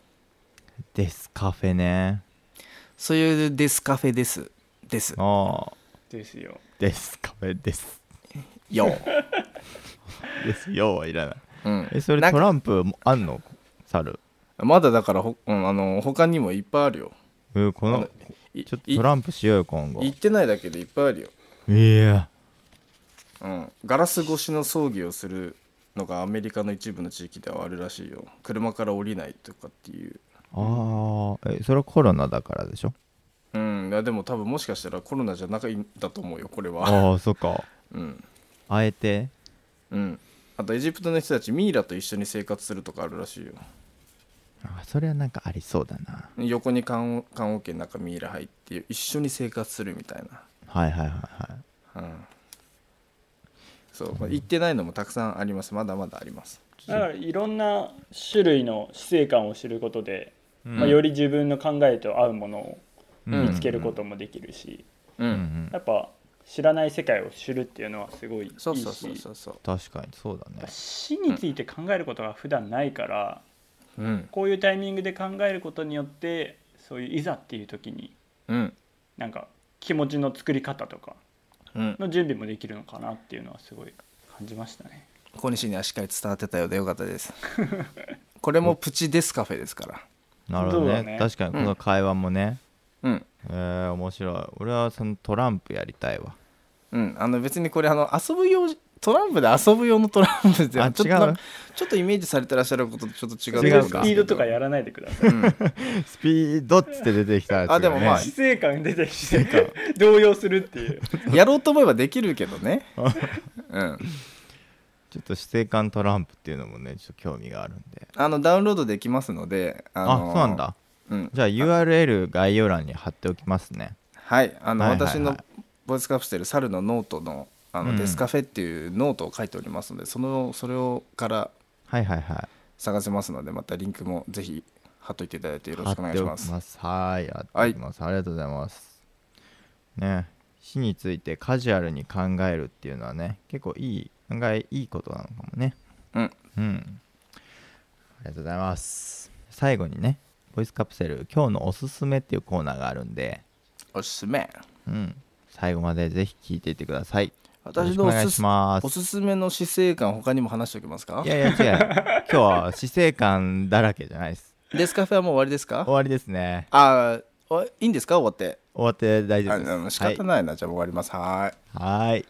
[SPEAKER 2] デスカフェね
[SPEAKER 4] そういうデスカフェです。です。
[SPEAKER 2] ああ
[SPEAKER 3] ですよ
[SPEAKER 2] デスカフェです
[SPEAKER 4] よ。
[SPEAKER 2] ですよはいらない
[SPEAKER 4] うん
[SPEAKER 2] えそれ
[SPEAKER 4] なん
[SPEAKER 2] ト
[SPEAKER 4] か
[SPEAKER 2] ランプもあんの猿
[SPEAKER 4] まだだからほ、うん、あの他にもいっぱいあるよ。
[SPEAKER 2] えーこ
[SPEAKER 4] あ
[SPEAKER 2] の
[SPEAKER 4] のい
[SPEAKER 2] ちょっと
[SPEAKER 4] い
[SPEAKER 2] トランプしようよ今後
[SPEAKER 4] 行ってないだけでいっぱいあるよ。
[SPEAKER 2] いや
[SPEAKER 4] うん。ガラス越しの葬儀をするのがアメリカの一部の地域ではあるらしいよ。車から降りないとかっていう。
[SPEAKER 2] ああえそれはコロナだからでしょ
[SPEAKER 4] うん。いやでも多分もしかしたらコロナじゃないんだと思うよ。これは。
[SPEAKER 2] ああそっか
[SPEAKER 4] うん。
[SPEAKER 2] あえて
[SPEAKER 4] うん。あとエジプトの人たちミイラと一緒に生活するとかあるらしいよ。
[SPEAKER 2] あそれはなんかありそうだな
[SPEAKER 4] 横に棺棺桶の中ミイラ入って一緒に生活するみたいな。
[SPEAKER 2] はいはいはいはい
[SPEAKER 4] うんそう、まあ行ってないのもたくさんありますまだまだあります
[SPEAKER 3] だからいろんな種類の死生観を知ることで、まあ、
[SPEAKER 2] うん
[SPEAKER 3] より自分の考えと合うものを
[SPEAKER 2] うん
[SPEAKER 3] 見つけることもできるし、
[SPEAKER 4] うん、
[SPEAKER 2] うん
[SPEAKER 3] やっぱ知らない世界を知るっていうのはすごいいいし
[SPEAKER 4] そうそうそうそうそ
[SPEAKER 2] 確かにそうだね
[SPEAKER 3] 死について考えることが普段ないから、
[SPEAKER 4] ううん
[SPEAKER 3] こういうタイミングで考えることによってそういういざっていう時に
[SPEAKER 4] うん
[SPEAKER 3] なんか気持ちの作り方とか
[SPEAKER 4] うん
[SPEAKER 3] の準備もできるのかなっていうのはすごい感じましたね
[SPEAKER 4] 小西にはしっかり伝わってたようでよかったです これもプチデスカフェですから
[SPEAKER 2] なるほど
[SPEAKER 3] そうだ
[SPEAKER 2] ね
[SPEAKER 3] ね
[SPEAKER 2] 確かにこの会話もね、
[SPEAKER 4] うん
[SPEAKER 2] えー、面白い俺はそのトランプやりたいわ
[SPEAKER 4] うんあの別にこれあの遊ぶ用トランプで遊ぶ用のトランプで
[SPEAKER 2] あ
[SPEAKER 4] ちょっと
[SPEAKER 2] 違う
[SPEAKER 4] なんかちょっとイメージされてらっしゃることとちょっと違うと思
[SPEAKER 2] 違
[SPEAKER 4] うんで
[SPEAKER 2] う
[SPEAKER 4] す
[SPEAKER 3] ス
[SPEAKER 4] け
[SPEAKER 2] か
[SPEAKER 3] ピー
[SPEAKER 4] ど
[SPEAKER 3] ドとかやらないでください
[SPEAKER 2] スピードっつって出てきたやつ、ね、
[SPEAKER 4] あでもまあ
[SPEAKER 3] 姿勢感出てきて動揺するっていう
[SPEAKER 4] やろうと思えばできるけど ねうん
[SPEAKER 2] ちょっと指定官トランプっていうのもねちょっと興味があるんで
[SPEAKER 4] あのダウンロードできますのであ
[SPEAKER 2] あ
[SPEAKER 4] の
[SPEAKER 2] そうなんだ
[SPEAKER 4] うん
[SPEAKER 2] じゃあ URL 概要欄に貼っておきますね
[SPEAKER 4] はいあの、
[SPEAKER 2] はいはいはい
[SPEAKER 4] 私のボイスカプセル「猿のノートの」あの、
[SPEAKER 2] うん
[SPEAKER 4] デスカフェっていうノートを書いておりますのでそのそれをから
[SPEAKER 2] はいはいは
[SPEAKER 4] 探せますのでまたリンクもぜひ貼っといていただいてよ
[SPEAKER 2] い
[SPEAKER 4] ろしくお願いしま
[SPEAKER 2] 貼って
[SPEAKER 4] す
[SPEAKER 2] おきますはい貼っておきます、ありがとうございますね死についてカジュアルに考えるっていうのはね結構いい案外いいことなのかもね
[SPEAKER 4] うん
[SPEAKER 2] うんありがとうございます最後にねボイスカプセル今日のおすすめっていうコーナーがあるんで
[SPEAKER 4] おすすめ
[SPEAKER 2] うん最後までぜひ聞いていってくださいよ
[SPEAKER 4] 私のお
[SPEAKER 2] ろしくお願い
[SPEAKER 4] す
[SPEAKER 2] し
[SPEAKER 4] す
[SPEAKER 2] ます
[SPEAKER 4] おすすめの姿勢感他にも話しておきますか
[SPEAKER 2] いやいや違う今日は死生観だらけじゃないです
[SPEAKER 4] デスカフェはもう終わりですか
[SPEAKER 2] 終わりですね
[SPEAKER 4] あーおいいんですか終わって
[SPEAKER 2] 終わって大丈
[SPEAKER 4] あ
[SPEAKER 2] 夫です
[SPEAKER 4] の仕方ないな、じゃあ終わりますはーい
[SPEAKER 2] はいはーいじ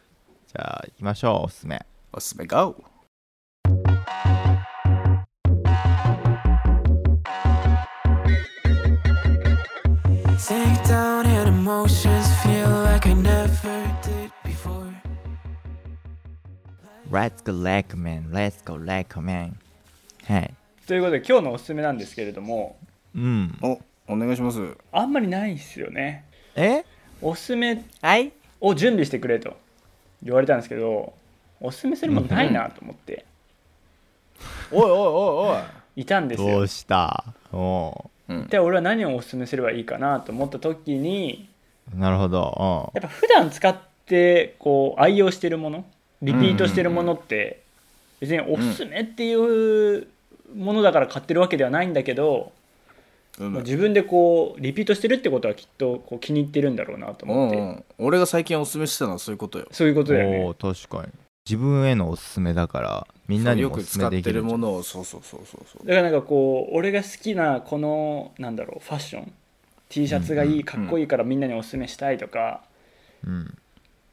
[SPEAKER 2] ゃあ行きましょうおすすめ
[SPEAKER 4] おすすめ GO!
[SPEAKER 2] 「Let's go recommend Let's go recommend」はい
[SPEAKER 3] ということで今日のおすすめなんですけれども
[SPEAKER 2] うん
[SPEAKER 4] おお願いします
[SPEAKER 3] あんまりないんですよね
[SPEAKER 2] え
[SPEAKER 3] おすすめを準備してくれと言われたんですけどおすすめするものないなと思って
[SPEAKER 4] おいおいおいおい
[SPEAKER 3] いたんです
[SPEAKER 2] ど
[SPEAKER 3] よ
[SPEAKER 2] うしたお
[SPEAKER 3] で俺は何をおすすめすればいいかなと思った時に
[SPEAKER 2] うなるほど
[SPEAKER 3] やっぱ普段使ってこう愛用してるものリピートしてるものって別におすすめっていうものだから買ってるわけではないんだけど、
[SPEAKER 4] う
[SPEAKER 3] まあ
[SPEAKER 4] む
[SPEAKER 3] 自分でこうリピートしてるってことはきっとこう気に入ってるんだろうなと
[SPEAKER 4] う
[SPEAKER 3] 思っ
[SPEAKER 4] ん
[SPEAKER 3] て、
[SPEAKER 4] うん俺が最近おすすめしてたのはそういうことよ
[SPEAKER 3] そういうこと
[SPEAKER 2] うん
[SPEAKER 3] だよね
[SPEAKER 2] おー確かに自分へのおすすめだからみんなに
[SPEAKER 4] よ
[SPEAKER 2] もお
[SPEAKER 4] く
[SPEAKER 2] すす
[SPEAKER 4] 使
[SPEAKER 2] め
[SPEAKER 4] っ
[SPEAKER 2] でき
[SPEAKER 4] て
[SPEAKER 2] る
[SPEAKER 4] るものをそうそうそうそうそう
[SPEAKER 3] だからなんかこう俺が好きなこのなんだろうファッション T シャツがいいかっこいいからみんなにおすすめしたいとか、
[SPEAKER 2] うん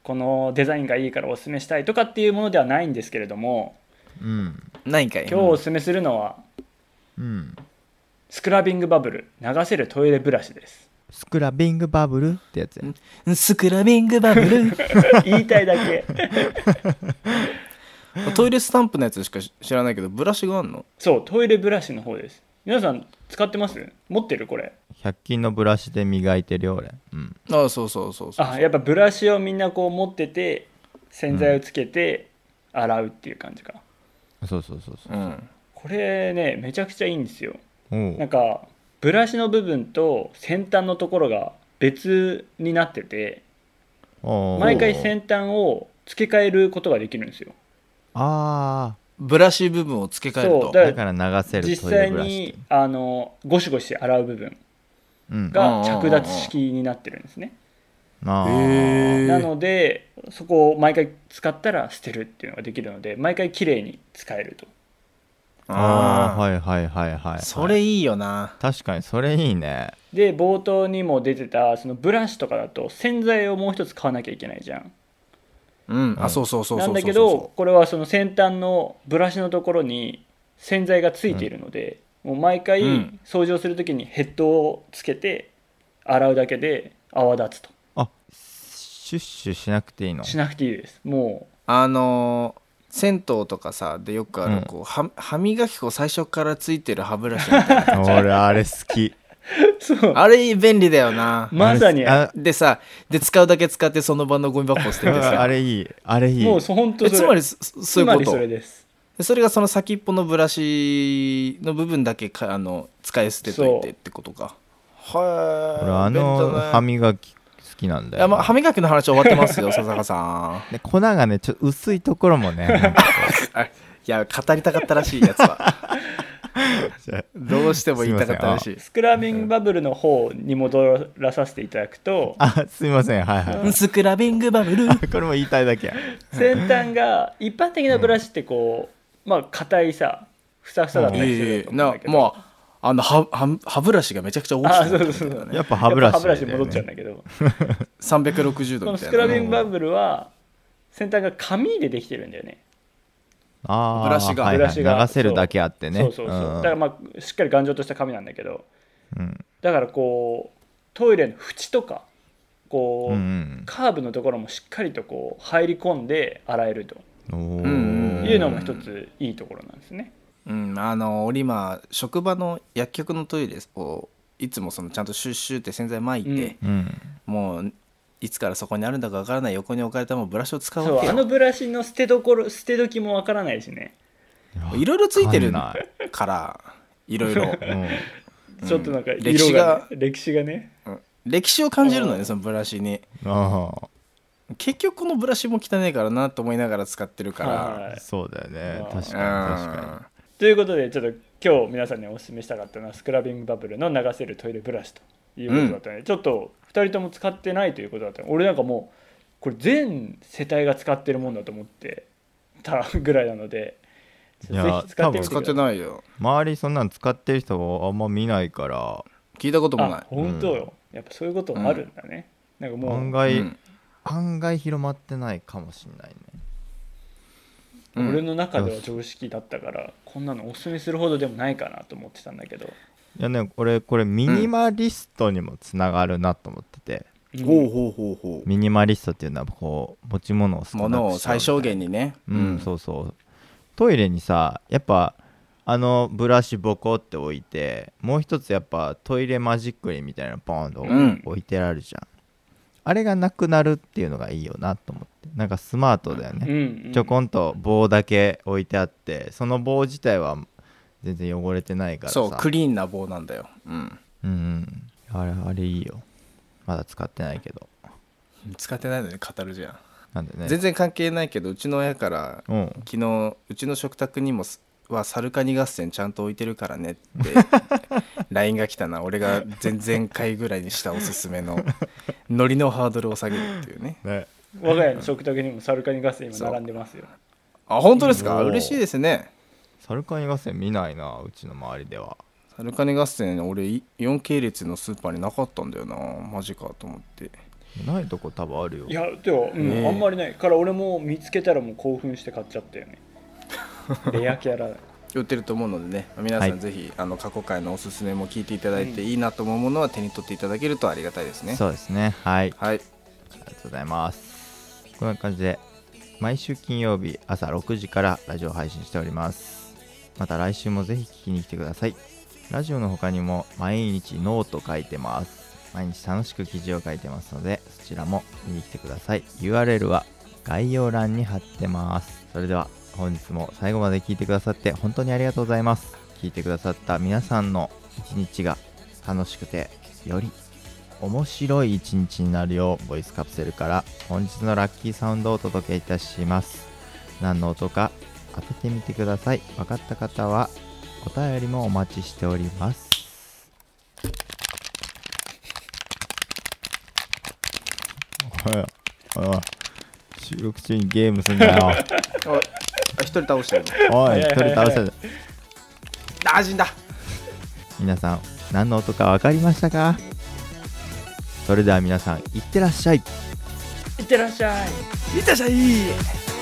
[SPEAKER 3] このデザインがいいからおすすめしたいとかっていうものではないんですけれども
[SPEAKER 2] うん
[SPEAKER 4] ないんかい
[SPEAKER 3] 今日おすすめするのは
[SPEAKER 2] うん
[SPEAKER 3] スクラビングバブル流せるトイレブラシです
[SPEAKER 2] スクラビングバブルってやつや
[SPEAKER 4] スクラビングバブル
[SPEAKER 3] 言いたいだけ
[SPEAKER 4] トイレスタンプのやつしか知らないけどブラシがあんの
[SPEAKER 3] そうトイレブラシの方です皆さん使ってます持ってるこれ
[SPEAKER 2] 100均のブラシで磨いてるよ俺うん
[SPEAKER 4] ああそうそうそうそう
[SPEAKER 3] あやっぱブラシをみんなこう持ってて洗剤をつけて洗うっていう感じか、
[SPEAKER 2] そうそうそうそう
[SPEAKER 4] うん
[SPEAKER 3] これねめちゃくちゃいいんですよ
[SPEAKER 2] お
[SPEAKER 3] なん
[SPEAKER 2] う
[SPEAKER 3] かブラシの部分と先端のところが別になってて
[SPEAKER 2] おう
[SPEAKER 3] 毎回先端を付け替えることができるんですよ
[SPEAKER 2] あ
[SPEAKER 4] ブラシ部分を付け替える
[SPEAKER 3] そ
[SPEAKER 4] と
[SPEAKER 3] うだ
[SPEAKER 2] あだから流せるト
[SPEAKER 3] 実
[SPEAKER 2] イレ
[SPEAKER 3] 際
[SPEAKER 2] ブラシ
[SPEAKER 3] にあのゴシゴシ洗う部分
[SPEAKER 2] うん
[SPEAKER 3] が着脱式になってるんですね
[SPEAKER 2] あ
[SPEAKER 4] へ
[SPEAKER 2] ー
[SPEAKER 4] え
[SPEAKER 3] なのでそこを毎回使ったら捨てるっていうのができるので毎回綺麗に使えると
[SPEAKER 2] あーは
[SPEAKER 4] い
[SPEAKER 2] いはいはいはい
[SPEAKER 4] それいいよな
[SPEAKER 2] 確かにそれいいね
[SPEAKER 3] で冒頭にも出てたそのブラシとかだと洗剤をもう一つ買わなきゃいけないじゃん
[SPEAKER 4] うんあそうそうそうそう
[SPEAKER 3] な
[SPEAKER 4] そ
[SPEAKER 3] ん
[SPEAKER 4] う
[SPEAKER 3] だけどこれはその先端のブラシのところに洗剤がついているので、もう毎回
[SPEAKER 4] うん
[SPEAKER 3] 掃除をするときにヘッドをつけて洗うだけで泡立つと
[SPEAKER 2] あシュッシュしなくていいの
[SPEAKER 3] しなくていいですも
[SPEAKER 4] あのー銭湯とかさでよくあ
[SPEAKER 2] うん
[SPEAKER 4] るこうは歯磨き粉最初からついてる歯ブラシみたいな
[SPEAKER 2] 俺あれ好き
[SPEAKER 3] う そう
[SPEAKER 4] あれ便利だよな
[SPEAKER 3] まさに
[SPEAKER 2] あ
[SPEAKER 4] でさで使うだけ使ってその場のゴミ箱を捨てて
[SPEAKER 2] あ
[SPEAKER 4] さ
[SPEAKER 2] れいいあれいい
[SPEAKER 3] もう本当
[SPEAKER 4] え
[SPEAKER 3] それ
[SPEAKER 4] つまりそそそう
[SPEAKER 3] つ
[SPEAKER 4] いう
[SPEAKER 3] ま
[SPEAKER 4] こ
[SPEAKER 3] り
[SPEAKER 4] と
[SPEAKER 3] それです
[SPEAKER 4] でそれがその先っぽのブラシの部分だけかあの使い捨てといてってことかは
[SPEAKER 2] 俺あの歯
[SPEAKER 4] 磨
[SPEAKER 2] 磨き好きなんだ
[SPEAKER 4] き、
[SPEAKER 2] よ、
[SPEAKER 4] まあ、歯磨きの話は終わってますよ 笹川さん
[SPEAKER 2] で粉がね ちょっと薄いところもね
[SPEAKER 4] いや語りたかったらしいやつはどうしても言いたかったらしい
[SPEAKER 3] スクラビングバブルの方に戻らさせていただくと
[SPEAKER 2] あすいませんはいはい
[SPEAKER 4] スクラビングバブル
[SPEAKER 2] あこれも言いたいだけや
[SPEAKER 3] 先端が一般的なブラシってこうまあ硬いさふさふさだったりする
[SPEAKER 4] え
[SPEAKER 3] と
[SPEAKER 4] え
[SPEAKER 3] 思うん
[SPEAKER 4] な
[SPEAKER 3] だけど
[SPEAKER 4] もうあの歯歯歯ブラシがめちゃくちゃ大きくなってるみたいなね
[SPEAKER 2] やっぱ歯ブラシ
[SPEAKER 3] やっぱ歯ブラ
[SPEAKER 2] だ
[SPEAKER 3] シ
[SPEAKER 2] よ
[SPEAKER 3] に
[SPEAKER 2] ね
[SPEAKER 3] 戻っちゃうんだけど
[SPEAKER 4] 360
[SPEAKER 3] こ
[SPEAKER 4] 度
[SPEAKER 3] の
[SPEAKER 4] み
[SPEAKER 3] ス
[SPEAKER 4] たい
[SPEAKER 3] ク
[SPEAKER 4] な
[SPEAKER 3] ラ
[SPEAKER 4] ね
[SPEAKER 3] ビングバブルは先端が紙でできてるんだよね
[SPEAKER 2] あー
[SPEAKER 4] ブラシが
[SPEAKER 2] はいはい
[SPEAKER 3] ブラシが
[SPEAKER 2] 流せるだけあってね
[SPEAKER 3] そうそうそうだからまあしっかり頑丈とした紙なんだけど
[SPEAKER 2] うん
[SPEAKER 3] だからこうトイレの縁とかこ
[SPEAKER 2] う
[SPEAKER 3] う、
[SPEAKER 2] ん
[SPEAKER 3] カーブのところもしっかりとこう入り込んで洗えると
[SPEAKER 2] うんお
[SPEAKER 4] ん
[SPEAKER 2] ー
[SPEAKER 3] いうのも一ついいところなんですね。
[SPEAKER 4] うん、あの俺今職場の薬局のトイレをいつもそのちゃんとシュッシュって洗剤撒いて、
[SPEAKER 2] うん
[SPEAKER 4] もういつからそこにあるんだかわからない横に置かれたもうブラシを使う
[SPEAKER 3] そ
[SPEAKER 4] わ
[SPEAKER 3] う
[SPEAKER 4] け
[SPEAKER 3] あの
[SPEAKER 4] よ
[SPEAKER 3] ブラシの捨てどころ捨て時もわからないしね
[SPEAKER 4] いろいろついてる
[SPEAKER 2] わかんない
[SPEAKER 4] からいろいろ、
[SPEAKER 2] うん
[SPEAKER 3] ちょっとなんか
[SPEAKER 4] うん
[SPEAKER 3] 色が、ね、歴史がね
[SPEAKER 4] うん歴史を感じるの よねそのブラシに
[SPEAKER 2] あ
[SPEAKER 4] 結局このブラシも汚いからなと思いながら使ってるから、
[SPEAKER 2] あ
[SPEAKER 3] はい
[SPEAKER 2] そうだよね
[SPEAKER 3] うん
[SPEAKER 2] 確かに確か
[SPEAKER 3] ということでちょっと今日皆さんにお勧めしたかったのはスクラビングバブルの流せるトイレブラシということだったので、ちょっと2人とも使ってないということだったので俺なんかもうこれ全世帯が使ってるもんだと思ってたぐらいなのでちょっとぜひ使って
[SPEAKER 4] うん
[SPEAKER 3] みてください
[SPEAKER 4] 使ってないよ
[SPEAKER 2] に周りそんなの使ってる人あんま見ないから
[SPEAKER 4] 聞いたこともな
[SPEAKER 3] あ
[SPEAKER 4] い
[SPEAKER 3] 本当よ、やっぱそういうこともあるんだね、なんか
[SPEAKER 2] 案
[SPEAKER 3] も
[SPEAKER 2] 外、
[SPEAKER 4] うん
[SPEAKER 2] 案外広まってないかもしんないね
[SPEAKER 3] う
[SPEAKER 4] うん
[SPEAKER 3] 俺の中では常識だったからこんなのおすすめするほどでもないかなと思ってたんだけど、
[SPEAKER 2] いやね俺これミニマリストにもつながるなと思ってて、
[SPEAKER 3] うん
[SPEAKER 4] ほうほうほうほ
[SPEAKER 2] ミニマリストっていうのはこう持ち物を少
[SPEAKER 4] う
[SPEAKER 2] なく
[SPEAKER 4] ものを最小限にね
[SPEAKER 2] うん、そうそうトイレにさやっぱあのブラシボコって置いてもう一つやっぱトイレマジックリンみたいなのポンと
[SPEAKER 4] うん
[SPEAKER 2] 置いてあるじゃん、あれがなくなるっていうのがいいよなと思ってなんかスマートだよね、
[SPEAKER 3] うんうん
[SPEAKER 2] ちょこんと棒だけ置いてあってその棒自体は全然汚れてないからさ
[SPEAKER 4] そうクリーンな棒なんだよ、うん、
[SPEAKER 2] うんうんあれあれいいよまだ使ってないけど
[SPEAKER 4] 使ってないのに語るじゃん
[SPEAKER 2] なんでね
[SPEAKER 4] 全然関係ないけどうちの親から
[SPEAKER 2] うん
[SPEAKER 4] 昨日うちの食卓にもすはサルカニ合戦ちゃんと置いてるからねって LINE が来たな俺が前々回ぐらいにしたおすすめの海苔のハードルを下げるっていうね
[SPEAKER 2] ね
[SPEAKER 3] 我が家の食卓にもサルカニガス今並んでますよ
[SPEAKER 4] あ本当ですか
[SPEAKER 2] おー
[SPEAKER 4] 嬉しいですね
[SPEAKER 2] サルカニ合戦見ないなうちの周りでは
[SPEAKER 4] サルカニ合戦俺い4系列のスーパーになかったんだよなマジかと思って
[SPEAKER 2] ないとこ多分あるよ
[SPEAKER 3] いやでも、うん
[SPEAKER 4] ねえ
[SPEAKER 3] あんまりないから俺も見つけたらもう興奮して買っちゃったよ ねレアキャラ
[SPEAKER 4] 売ってると思うのでね皆さ
[SPEAKER 2] は
[SPEAKER 4] ん
[SPEAKER 2] い
[SPEAKER 4] ぜひ、あの過去回のおすすめも聞いていただいて、いいなと思うものは手に取っていただけるとありがたいですね
[SPEAKER 2] そうですねはい
[SPEAKER 4] は
[SPEAKER 2] あ
[SPEAKER 4] い
[SPEAKER 2] りがとうございますこんな感じで毎週金曜日朝6時からラジオ配信しておりますまた来週もぜひ聞きに来てくださいラジオの他にも毎日ノート書いてます毎日楽しく記事を書いてますのでそちらも見に来てください URL は概要欄に貼ってますそれでは本日も最後まで聞いてくださって本当にありがとうございます聞いてくださった皆さんの一日が楽しくてより面白い一日になるようボイスカプセルから本日のラッキーサウンドをお届けいたします何の音か当ててみてください分かった方はお便りもお待ちしておりますおいおい収録中にゲームすんな よ
[SPEAKER 4] ああ一人倒してるの
[SPEAKER 2] おい
[SPEAKER 3] い
[SPEAKER 2] 一人倒せ
[SPEAKER 4] あ死んだ
[SPEAKER 2] 皆さん何の音か分かりましたかそれでは皆さんいってらっしゃい
[SPEAKER 3] いってらっしゃい
[SPEAKER 4] いたじゃい